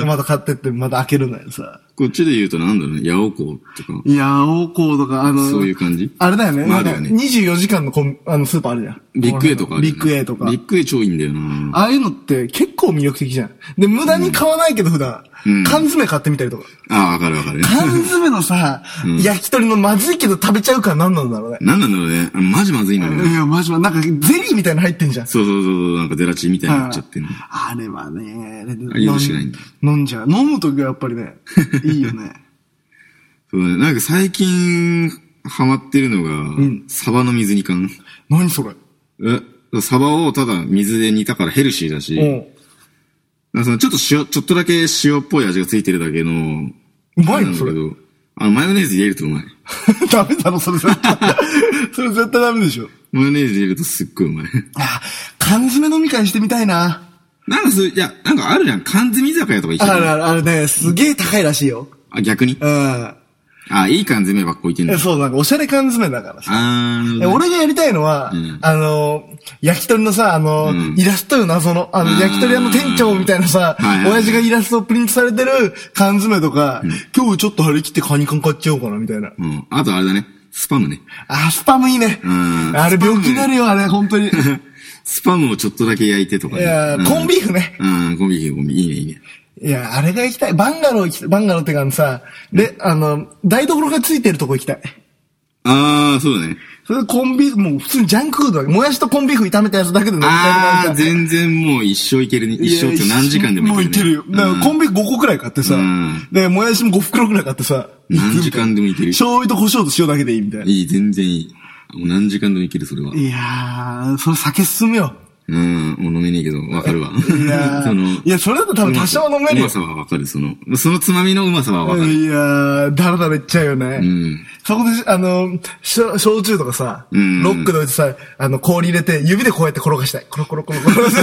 A: でまた買ってって、また開けるんだよさ。
B: こっちで言うとなんだろうね、ヤオコとか。
A: いやー、おうこうとか、あの、
B: そういう感じ
A: あれだよね。
B: ま
A: な
B: あ
A: んか
B: あるよね
A: 24時間のコンあのスーパーあるじゃん。
B: ビッグ A とかある
A: ビ
B: よね
A: ッグ A とか
B: ビ。ッグ A 超いいんだよな。
A: ああいうのって結構魅力的じゃん。で、無駄に買わないけど、普段。
B: うん
A: 缶詰買ってみたりとか。
B: ああ、わかるわかる。
A: 缶詰のさ、焼き鳥のまずいけど食べちゃうから何なんだろうね。
B: なんなんだろうね。あマジまずいんだけど。
A: いや、マジマジ、なんかゼリーみたいなの入ってんじゃん。
B: そうそうそうそう、なんかゼラチンみたいになっちゃってんの。
A: あれはね、
B: あよろしくないんだ
A: 飲んじゃう。飲むときはやっぱりね、いいよね。
B: そうだね。なんか最近、ハマってるのが、サバの水煮缶。
A: 何それ。
B: え、サバをただ水で煮たからヘルシーだし、
A: おう
B: なんかそのちょっと塩、ちょっとだけ塩っぽい味がついてるだけの、
A: うまい
B: な
A: の
B: んだ
A: そ
B: け
A: れ。
B: ど、あの、マヨネーズ入れるとうまい。
A: ダメだろ、それ絶対。 それ絶対ダメでしょ。
B: マヨネーズ入れるとすっごいうまい。
A: あ、缶詰飲み会してみたいな。
B: なんかそう、いや、なんかあるじゃん。缶詰居酒屋とか行っ
A: あ
B: て
A: れ
B: る。
A: あれあれね、すげえ高いらしいよ。
B: あ、逆に
A: うん。
B: あ、いい缶詰ばっか置いてん
A: え
B: だ。
A: そう、なんかおしゃれ缶詰だからさ。
B: あー、
A: え俺がやりたいのは、
B: ん
A: あの、焼き鳥のさ、あの、イラストよ謎の、あの、
B: うん
A: 焼き鳥屋の店長みたいなさ、
B: はいはいはい
A: 親父がイラストをプリントされてる缶詰とか、今日ちょっと張り切ってカニ缶買っちゃおうかな、みたいな。
B: うん。あとあれだね。スパムね。
A: あ、スパムいいね。
B: うん
A: あれ病気になるよ、あれ、本当 に。い
B: スパムをちょっとだけ焼いてとかね。
A: や
B: う
A: ー、
B: ん
A: コンビーフね。
B: うん、コンビーフ、コンビーフいいね、いいね。
A: いや、あれが行きたい。バンガロー行きたい。バンガローってかさ、で、あの、台所がついてるとこ行きたい。
B: あー、そうだね。
A: それでコンビーフ、もう普通にジャンクフードだけどもやしとコンビーフ炒めたやつだけで飲みたい
B: あ
A: な
B: ー、全然もう一生いけるね。一生って何時間でもいける、ね。
A: もういけるよ。だからコンビ5個くらい買ってさ
B: うん、
A: で、もやしも5袋くらい買ってさ、
B: 何時間でもいける。
A: 醤油と胡椒と塩だけでいいみたいな。
B: いい、全然いい。もう何時間でもいける、それは。
A: いやー、それ酒進むよ。
B: うん、もう飲めねえけど、わかるわ。
A: いや
B: その、
A: ーいや、それだと多分多少飲め
B: う
A: るよ
B: ま。さはわかる、その、そのつまみのうまさはわかる。
A: いやー、だらだらいっちゃうよね。
B: うん。
A: そこで、あの、しょ焼酎とかさ、
B: うん
A: ロックのうちさ、あの、氷入れて、指でこうやって転がしたい。コロコロコロコロ。
B: そ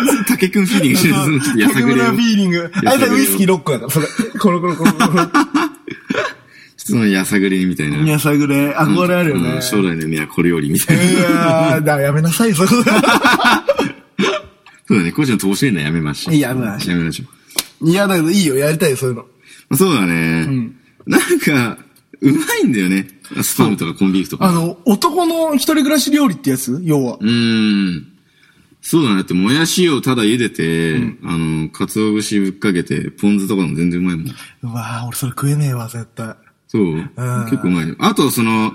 B: れそ竹くんフィーリングしてる、そのちょっ とやさぐ
A: グ
B: れ
A: ラ
B: を。
A: フィー
B: ちょ
A: リング。あれさ、ウイスキーロックだから、それ。コロコロコロコロ。
B: っとそのやさぐれみたいな。
A: やさぐれ、憧れあるよね。
B: うん将来の夢はこれよりみたいな。
A: いやー、だからやめなさい、そこ。
B: そうだね、コーチの投資のはやめましょう。
A: いややめましょ
B: やめましょ う。
A: いや、だけどいいよ、やりたいよ、そういうの。
B: まあそうだね。なんか、うまいんだよね。スパムとかコンビーフと
C: あ
B: か。
C: の、男の一人暮らし料理ってやつ要は
B: う。ーん。そうだね。だって、もやしをただ茹でて、あの、鰹節ぶっかけて、ポン酢とかも全然うまいもん。
A: うわー、俺それ食えねえわ、絶対。
B: そう。結構うまいよ。あと、その、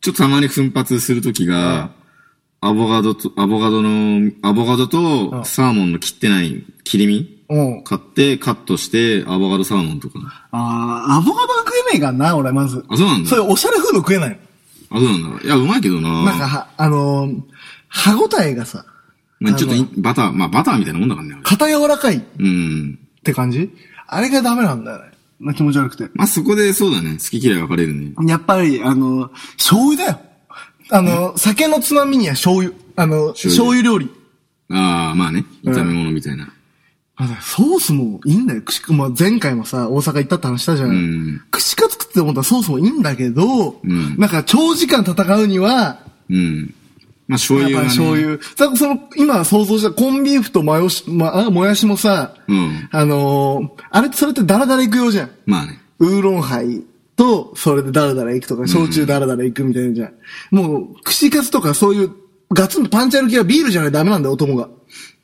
B: ちょっとたまに奮発するときが、アボカドと、アボカドの、アボカドとサーモンの切ってない切り身
C: うん。
B: 買って、カットして、アボカドサーモンとか。
C: あー、アボカドが食えねえからな、俺、まず。
B: あ、そうなんだ
A: そ。れ、おしゃれ風の食えない
B: あ、そうなんだ。いや、うまいけどな。
A: の。なんか、は、あのー、歯応えがさ、
B: まあ、ちょっとい、バター、まあ、バターみたいなもんだからね。あれ
A: 硬柔らかいっ
B: うん。
A: て感じあれがダメなんだよね。
C: な気持ち悪くて。
B: まあ、そこでそうだね。好き嫌い分かれるね。
C: やっぱり、あの、醤油だよ。
A: あの、酒のつまみには醤油。あの、
B: 醤
A: 醤油料理。
B: ああ、まあね。炒め物みたいな。
A: あのソースもいいんだよ。くしくまあ、前回もさ、大阪行ったって話したじゃ。
B: うんん。
A: 串カツ食って思ったらソースもいいんだけど、
B: ん
A: なんか長時間戦うには、
B: うん。まあ、醤
A: やっ
B: 油
A: ぱ
B: は
A: り
B: ね。
A: 醤。油。さその、今想像したコンビーフとマヨし、ま、あもやしもさ、
B: うん
A: あのーあれってそれってダラダラいくようじゃん。
B: まあね。
A: ウーロンハイと、それでダラダラいくとか、焼酎ダラダラいくみたいなじゃん。もう、串カツとかそういう、ガツンとパンチある系はビールじゃないとダメなんだよ、男が。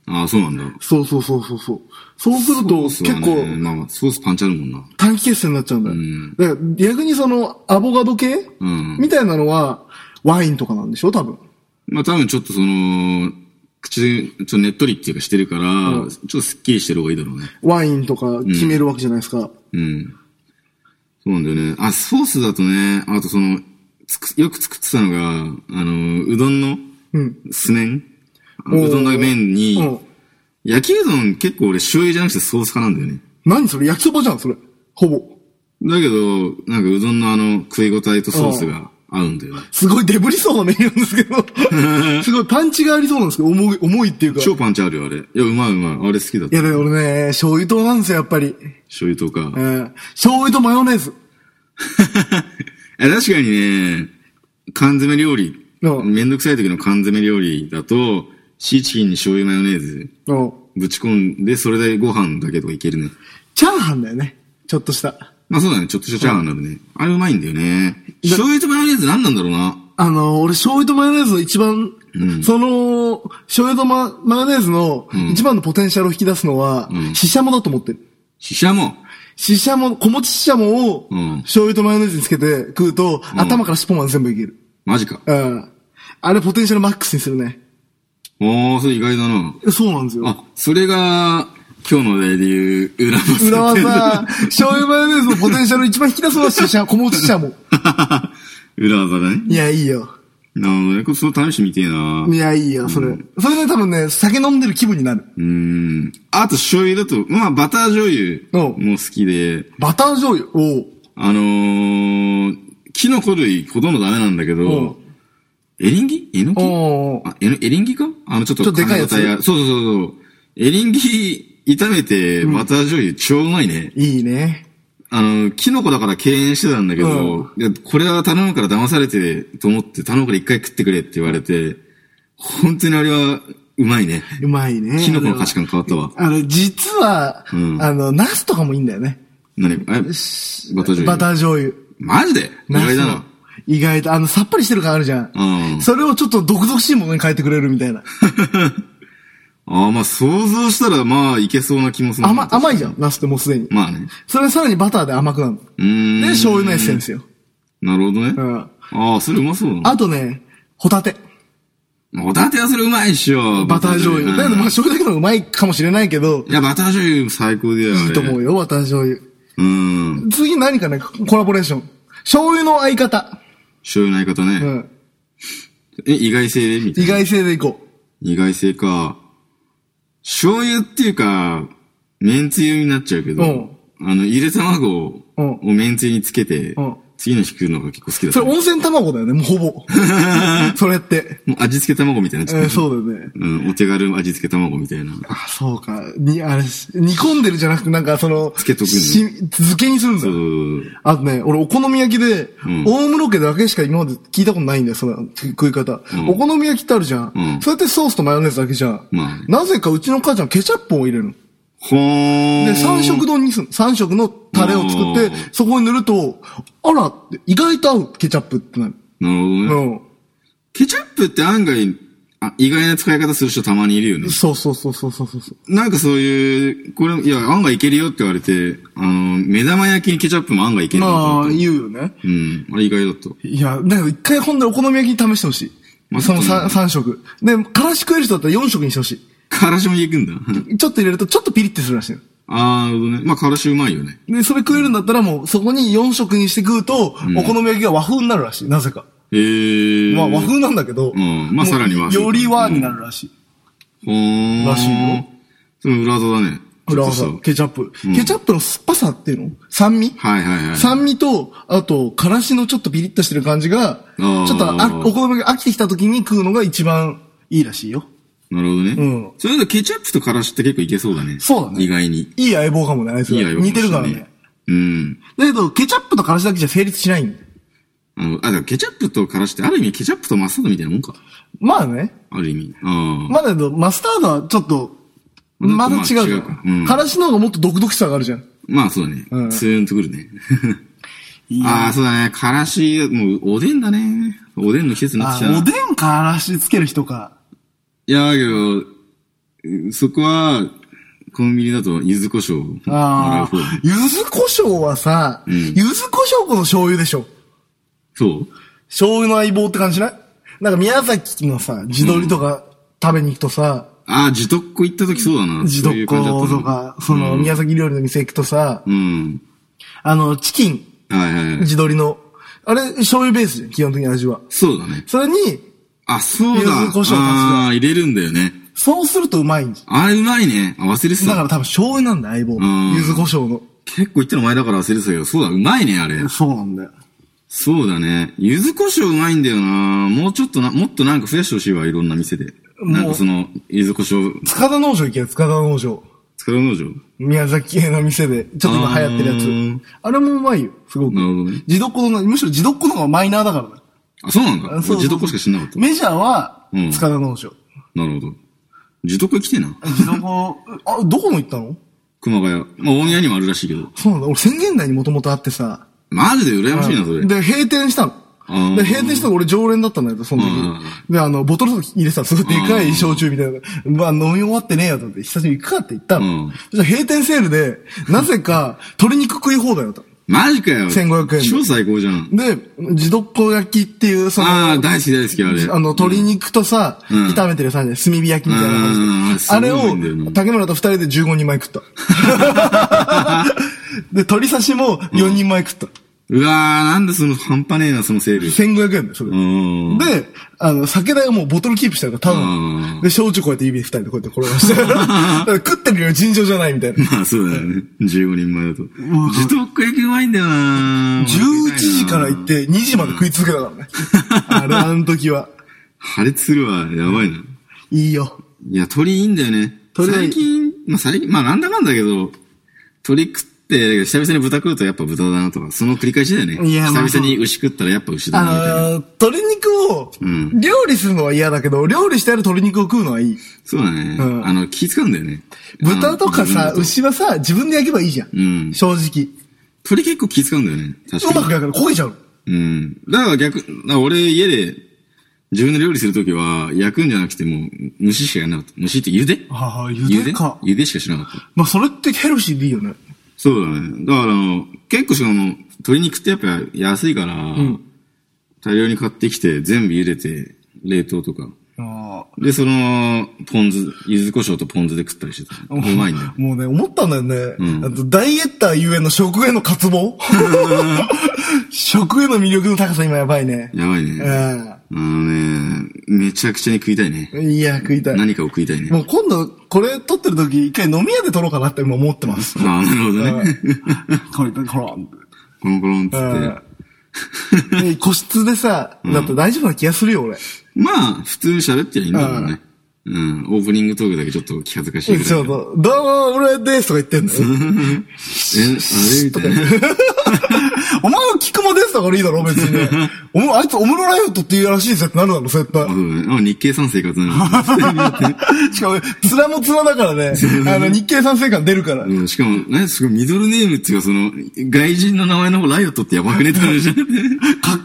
B: ああ、そうなんだ。
A: そうそうそうそうそう。そうすると、
B: そ
A: 結
B: うだね
A: 構、
B: まあまあ、ソースパンチあるもんな。
A: 短期決戦になっちゃうんだよ。だ
B: ん
A: から逆にその、アボカド系、
B: ん
A: みたいなのは、ワインとかなんでしょ多分。
B: まあ、多分ちょっとその、口、ちょっとねっとりっていうかしてるから、ちょっとスッキリしてる方がいいだろうね。
A: ワインとか決めるわけじゃないですか。
B: うん。そうなんだよね。あ、ソースだとね、あとその、つく、よく作ってたのが、あの、うどんの、
A: うん。
B: すねんあ
A: おー
B: うどんの麺
A: うん
B: に、焼きうどん結構俺醤油じゃなくてソース派なんだよね。
A: 何それ焼きそばじゃん、それ。ほぼ。
B: だけど、なんかうどんのあの食い応えとソースが合うんだよね。
A: すごいデブりそうなメニューなんですけど。 すごいパンチがありそうなんですけど、重い、重いっていうか。
B: 超パンチあるよ、あれ。いや、うまいうまい。あれ好きだっ
A: い
B: た。
A: や、だから俺ね、醤油糖なんですよ、やっぱり。
B: 醤油とか
A: う。ん。醤油とマヨネーズ。
B: え、確かにね、缶詰料理、
A: うん
B: めんどくさい時の缶詰料理だと、シーチキンに醤油マヨネーズ
A: うん。
B: ぶち込んで、それでご飯だけとかいけるね。
A: チャーハンだよね。ちょっとした。
B: まあそうだね、ちょっとしたチャーハンになるね。あれうまいんだよね。醤油とマヨネーズ何なんだろうな。
A: あのー、俺醤油とマヨネーズの一番、その、醤油とママヨネーズの一番のポテンシャルを引き出すのは、シシャモだと思ってる。
B: シシャモ。
A: シシャモ、小餅シシャモを
B: うん
A: 醤油とマヨネーズにつけて食うと、頭から尻尾まで全部いける。
B: マジか。
A: うん。あれポテンシャルマックスにするね。
B: おー、それ意外だな。
A: そうなんですよ。
B: あ、それが、今日の例で言う、裏技。
A: 裏技、醤油マヨネーズのポテンシャルを一番引き出すのはシシャモ、小餅シシャモ。
B: 裏技だね。
A: いや、いいよ。
B: なるほどね。これ、それ試してみてえな。
A: いや、いいよ、それ。それね、多分ね、酒飲んでる気分になる。
B: うーん。あと、醤油だと、まあ、バター醤油
A: うん
B: も好きで、
A: バター醤油。おう
B: あのー、キノコ類ほとんどダメなんだけど、エリンギエノキ
A: おう
B: あエノエリンギかあの、ちょっと、
A: ちょっとでかいやつ
B: 金型そうそうそうそう。エリンギ炒めて、バター醤油超うまいね。
A: いいね。
B: あの、キノコだから敬遠してたんだけど、いやこれは頼むから騙されてと思って、頼むから一回食ってくれって言われて、本当にあれは、うまいね。
A: うまいね。
B: キノコの価値観変わったわ。
A: あの、実は、
B: うん
A: あの、ナスとかもいいんだよね。
B: 何あれバター醤油。
A: バター醤油。
B: マジで意
A: ナ
B: 外
A: ス
B: だ
A: の
B: な。。
A: 意外と、あの、さっぱりしてる感あるじゃん。
B: うん
A: それをちょっと毒々しいものに変えてくれるみたいな。
B: ああ、まあ想像したら、まあいけそうな気もする。
A: 甘、甘いじゃん、ナスってもうすでに。
B: まあね。
A: それさらにバターで甘くなるの。
B: うーん。
A: で、醤油のエッセンスよ。
B: なるほどね。
A: うん。
B: ああ、それうまそうだ
A: あとね、ホタテ。
B: な。ホタテはそれうまいっしょ。
A: バター醤油。だけど、まあ、
B: ね
A: 醤油だけの方がうまいかもしれないけど
B: い、や、バター醤油最高だよ。
A: いいと思
B: う。
A: うよ、バター醤油。
B: うん。
A: 次何かね、コラボレーション。醤油の相方。
B: 醤油の相方
A: う
B: ね。
A: ん。
B: え、意外性みたい
A: 意
B: な。
A: 外性でいこう。
B: 意外性か。醤油っていうか、めんつゆになっちゃうけど、
A: うん
B: あの、ゆで卵を
A: うん
B: をめんつゆにつけて、
A: うん
B: 次の日食うのが結構好きだっ
A: そ
B: た
A: れ温泉卵だよね、もうほ ぼ。それって。
B: もう味付け卵みたいになっち
A: え
B: ゃ
A: ー
B: った。
A: そうだよね。
B: うん、お手軽味付け卵みたいな。
A: あ、そうか。に、あれ、煮込んでるじゃなくて、なんかその、
B: つけとくんだよ
A: し漬けにするんだ
B: そう
A: よ。あとね、俺お好み焼きで、
B: ん
A: 大室家だけしか今まで聞いたことないんだよ、その食い方。
B: ん
A: お好み焼きってあるじゃん。
B: うん
A: そうやってソースとマヨネーズだけじゃん。
B: まあね
A: なぜかうちの母ちゃんケチャップを入れるの。
B: ほーん。
A: で、三色丼にすんの。三色のタレを作っ
B: う
A: て
B: ん、
A: そこに塗ると、あらって、意外と合うケチャップってなる。
B: なるほどね。
A: うん。
B: ケチャップって案外、あ意外な使い方する人たまにいるよね。
A: そうそうそうそうそうそう。
B: なんかそういう、これ、いや、案外いけるよって言われて、あの、目玉焼きにケチャップも案外いけるなと
A: ま
B: 思
A: あ、
B: った
A: 言うよね。
B: うん。あれ意外だった。
A: いや、だから一回ほんでお好み焼きに試してほしい。
B: まあ
A: その
B: ちょっとね
A: 三三食。で、からし食える人だったら四食にしてほし
B: からしもいくんだ。
A: い。ちょっと入れるとちょっとピリってするらしいの。
B: あー、なるほどね。まあ、からしうまいよね。
A: で、それ食えるんだったらもうそこに四食にして食うと、お好み焼きが和風になるらしい。なぜか。
B: えー。
A: まあ和風なんだけど。
B: うんま
A: も
B: あさらに和風
A: より和になるらしい。
B: ほーん。
A: らしいよ。
B: その裏技だね。
A: 裏
B: ち
A: 技
B: ょっと、
A: ケチャップ。ケチャップの酸っぱさっていうの酸味
B: さはいはいはい。
A: 酸味と、あと、からしのちょっとピリッとしてる感じが、ち
B: あー
A: ょっとあお好みが飽きてきた時に食うのが一番いいらしいよ。
B: なるほどね。
A: うん
B: それだとケチャップとからしって結構いけそうだね。
A: そうだね
B: 意外に。
A: いい相棒かもね、あいつ
B: いい
A: が。
B: やよ。
A: 似てるからね。
B: うん。
A: だけど、ケチャップとからしだけじゃ成立しないんだよ。
B: あの、あ、だからケチャップとからしって、ある意味ケチャップとマスタードみたいなもんか。
A: まあね。
B: ある意味。ああ。
A: まあだけど、マスタードはちょっと、
B: まあ
A: まだ違うじゃ
B: 違うんかうん
A: からしの方がもっと毒々しさがあるじゃん。
B: まあ、そうだね。
A: うん
B: ツーンとくるね。
A: い
B: ああ、そうだね。からし、もう、おでんだね。おでんの季節になってきたな。
A: おでんからしつける人か。
B: いや、だけどうん、そこは、コンビニだと、柚子胡椒をもらう
A: あ
B: 方
A: あ。柚子胡椒はさ、柚子胡椒こそ醤油でしょ。
B: そう
A: 醤油の相棒って感じしないなんか宮崎のさ、地鶏とか食べに行くとさ、
B: ああ、地特こ行った時そうだな。
A: 地
B: そうい
A: 鶏
B: う感じだったな
A: とか、その宮崎料理の店行くとさ、
B: うん。
A: あの、チキン、
B: はいはいはい。
A: 地鶏の、あれ、醤油ベースじゃん、基本的に味は。
B: そうだね。
A: それに、
B: あ、そうだ。
A: 柚子胡椒確か
B: ああ、入れるんだよね。
A: そうするとうまいんじ
B: あれうまいね。あ、忘れて
A: ゃん。だか
B: た
A: ら。多分醤油なんだ、相棒。
B: ん
A: 柚子胡椒の。
B: 結構言ったの前だから忘れてたけど、そうだ、うまいね、あれ。
A: そうなんだよ。
B: そうだね。柚子胡椒うまいんだよなもうちょっとな、もっとなんか増やしてほしいわ、いろんな店で。
A: う
B: なんかその、柚子胡椒、
A: 塚田農場行けよ、塚田農場。
B: 使う農場
A: 宮崎系の店で、ちょっと今流行ってるや
B: あー
A: つ。あれもうまいよ、すごく
B: な。るほどね。
A: 地鶏の、むしろ地鶏の方がマイナーだからだ。
B: あ、そうなんだ。
A: あそうそう
B: 俺地特しか知んなかった。
A: メジャーは
B: うん、
A: 塚田農場。
B: なるほど。自得来てえな。
A: 地鶏、 あ、どこの行ったの
B: 熊谷。まあ、大宮にもあるらしいけど。
A: そうなんだ。俺、宣言台にもともとあってさ。
B: マジで羨ましいな、それ。
A: で、閉店した
B: うん
A: の。で、閉店したの俺常連だったんだけど、その
B: う
A: 時。で、あの、ボトルとか入れてたのすごいでかい焼酎みたいな。まあ、飲み終わってねえやと思って、久しぶりに行くかって言った
B: う
A: の
B: ん。
A: そしたら閉店セールで、なぜか、鶏肉食い放題だったの。
B: マジかよ。
A: 1500円
B: 超最高じゃん。
A: で、地鶏焼きっていう、その、
B: ああ、大好き大好き、あれ。
A: あの、鶏肉とさ、
B: うん
A: 炒めてるさ、炭火焼きみたいな感じで。
B: うん
A: あれ
B: すごいんだよな
A: を、竹村と二人で15人前食った。 で、鶏刺しも4人前食った。
B: うわー、なんでその半端ねえな、そのセール。
A: 1500円だよ、それ。
B: うん。
A: で、あの、酒代はもうボトルキープしてるから、多
B: う
A: 分
B: ん。
A: で、焼酎こうやって指で二人でこうやって転が して。だから食ってるより尋常じゃないみたいな。
B: まあそうだよね。15人前だと。自得焼きうまいんだよな
A: 11時から行っ。て2時まで食い続けた からね。あれ、あの時は。
B: 破裂するわ。やばいな。
A: いいよ。
B: いや、鳥いいんだよね。
A: 鳥はいい
B: 最近、まあ最近、まあなんだかんだけど、鳥食って、久々に豚食うとやっぱ豚だなとか、その繰り返しだよね。
A: いやまあ
B: 久々に牛食ったらやっぱ牛だなみたいな。
A: あのー、鶏肉を
B: ん
A: 料理するのは嫌だけど、料理してある鶏肉を食うのはいい。
B: そうだね。
A: うん
B: あの、気使うんだよね。
A: 豚とか
B: あ
A: さ、
B: の。自分だ
A: 牛はさ、自分で焼けばいいじゃん。
B: うん
A: 正直。
B: 鳥結構気使うんだよね。確
A: う
B: か
A: ま
B: に
A: く。焼くから焦げちゃう。
B: うん。だから逆、だから俺家で自分で料理するときは焼くんじゃなくてもう蒸ししかやらなかった。蒸しって茹で
A: ああ、
B: 茹
A: 茹
B: で
A: でか。
B: 茹でしかしなかった。
A: まあ、それってヘルシーでいいよね。
B: そうだね。だからあの、結構しかも鶏肉ってやっぱ安いから、大量に買ってきて全部茹でて冷凍とか。
A: あな
B: で、その、ポン酢、柚子胡椒とポン酢で食ったりしてた。うまいんだよ。
A: もうね、思ったんだよね。
B: ん
A: あとダイエッターゆえの食への渇 望食への魅力の高さ今やばいね。
B: やばいね。あのね、めちゃくちゃに食いたいね。
A: うん。いや、食いたい。
B: 何かを食いたいね。
A: もう今度、これ撮ってる時、一回飲み屋で撮ろうかなって今思って ます。
B: ああ、なるほどね。
A: これ、ほら。
B: コロンコロンっつって。
A: うんで個室でさ、だって大丈夫な気がするよ、俺。
B: まあ、普通に喋ってりゃいいんだもんね。うん、オープニングトークだけちょっと気恥ずかしいぐらい。
A: ちょうど、どうも、俺ですとか言ってんのよ。
B: え、あれみた いな。
A: お前は聞くもですとか俺いいだろ、別に ね。お前、あいつオムロライオットっていうらしいぜってなるだろ、絶対
B: あ、そ。うだねあ日経産生活な
A: しかも、ツラもツラだから ね、あの、日経産生館出るから。
B: の。うんしかも、ね、すごいミドルネームっていうか、その、外人の名前の方、ライオットってやばくねっ て話じゃん。
A: かっ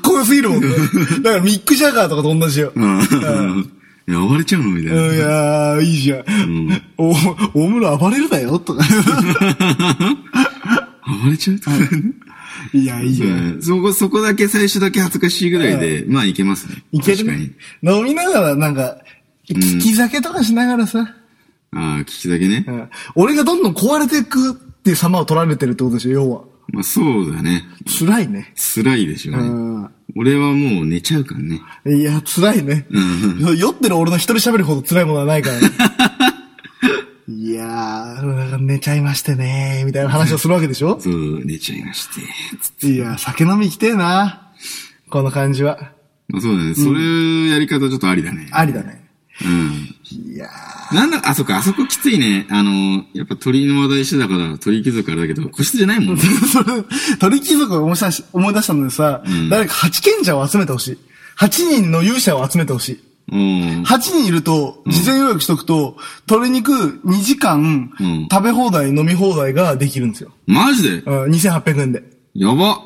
A: こよすぎる もんね。だからミック・ジャガーとかと同じよ。う
B: うん。やばれちゃうのみたいな。
A: んいやー、いいじゃん。お、大村暴れるだよ とか。
B: 暴れちゃうとかね。
A: いや、いいじゃん。
B: うんそこ、そこだけ最初だけ恥ずかしいぐらいで、まあいけますね。
A: いける
B: 確か
A: ね
B: に。。
A: 飲みながら、なんか、聞き酒とかしながらさ、
B: ああ、聞きだけね
A: う。ん俺がどんどん壊れていくっていう様を取られてるってことでしょ、要は。
B: まあそうだね。
A: 辛いね。
B: 辛いでしょう
A: う
B: ね。
A: ん。
B: 俺はもう寝ちゃうからね。
A: いや、辛いね。酔ってる俺の一人喋るほど辛いものはないから ね。いやー、なんか寝ちゃいましてねみたいな話をするわけでしょ
B: そう、寝ちゃいまして。つって
A: いや、酒飲み行きてえなこの感じは。
B: まあそうだね。そういうやり方ちょっとありだね。
A: ありだね。
B: うん。
A: いや
B: なんだ、あ、そっか、あそこきついね。あの、やっぱ鳥の話題してたから、鳥貴族あれだけど、個室じゃないもんね。
A: ー、 それ、鳥貴族を思い出し思い出したのでさ、誰か八賢者を集めてほしい。八人の勇者を集めてほしい。
B: うん。
A: 8人いると、事前予約しとくと、鶏肉2時間
B: うん、
A: 食べ放題、飲み放題ができるんですよ。
B: マジで
A: うん、2800円で。
B: やば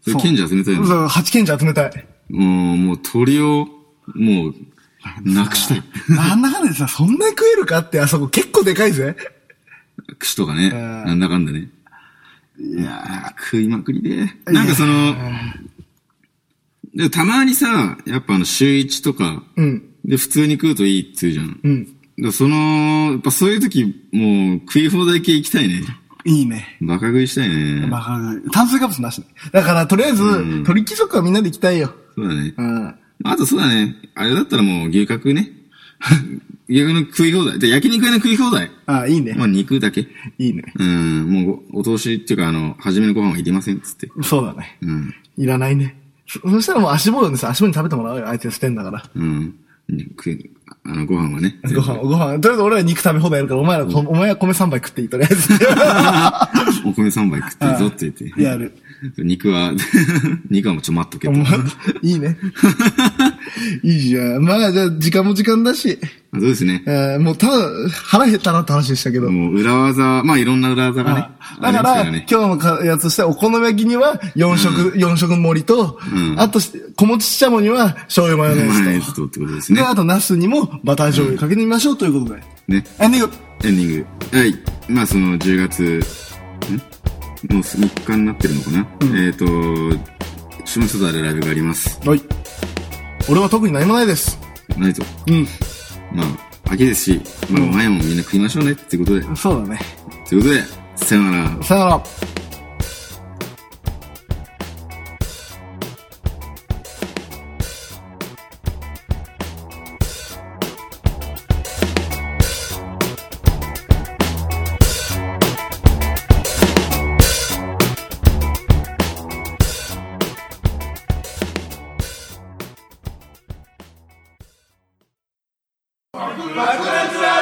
B: それ、賢者集めたよね。
A: そう、8賢者集めた い。
B: うん、もう鳥を、もう、なくしたい。
A: なんだかんだでさ、そんなに食えるかって、あそこ結構でかいぜ。
B: 串とかね。
A: ん
B: なんだかんだね。いやー、食いまくりで。なんかその、でたまにさ、やっぱあの、週一とか、
A: うん。
B: で、普通に食うといいって言うじゃん。
A: うん。
B: でその、やっぱそういう時、もう、食い放題系行きたいね。
A: いいね。
B: バカ食いしたいね。
A: わかる。炭水化物なしね。だから、とりあえず、鳥貴族はみんなで行きたいよ。
B: そうだね。
A: うん。
B: あとそうだね。あれだったらもう、牛角ね。 牛角の食い放題。で、焼肉屋の食い放題。
A: あいいね
B: ま。あ、肉だけ。
A: いいね。
B: うん、もうご、お通しっていうか、あの、初めのご飯はいりませんっつって。
A: そうだね。
B: うん。
A: いらないね。そそしたらもう足棒呼んでさ、足棒に食べてもらうよ。相手捨てんだから。
B: うん。食いあの、ご飯はね。
A: ご飯、ご飯。とりあえず俺は肉食べ放題やるから、お前ら、こお前は米3杯食っていい、とりあえず。
B: お米3杯食ってるぞって言って。
A: やる。
B: 肉は、 肉はもうちょ待っとけ
A: お
B: と。
A: 前
B: まあ、
A: いいね。 いいじゃん。まあ、じゃあ、時間も時間だし、
B: そうですね。
A: えーもうただ、腹減ったなって話でしたけど。
B: もう裏技、まあいろんな裏技がね。あ
A: だ
B: り
A: か、
B: ますかららね。
A: 今日のかやつとしては、お好み焼きには4食、四食盛りと、
B: うん
A: あとし、小餅ししゃもには醤油マヨネ
B: マヨネ
A: ー
B: ー
A: ズ
B: ズ
A: と。
B: とってことですね
A: で、。あと、ナスにもバター醤油かけてみましょうということで。
B: ね。
A: エンディング
B: エンディング。はい。まあその10月、んもう3日になってるのかな、えっ、ー、と、下北沢でライブがあります。
A: はい。俺は特に何もないです。
B: ないと。
A: うん。
B: まあ、秋ですし、まあ
A: うん
B: 前もみんな食いましょうねってことで。
A: そうだね。
B: ということで、さよなら。
A: さよなら。
D: 爆裂ラ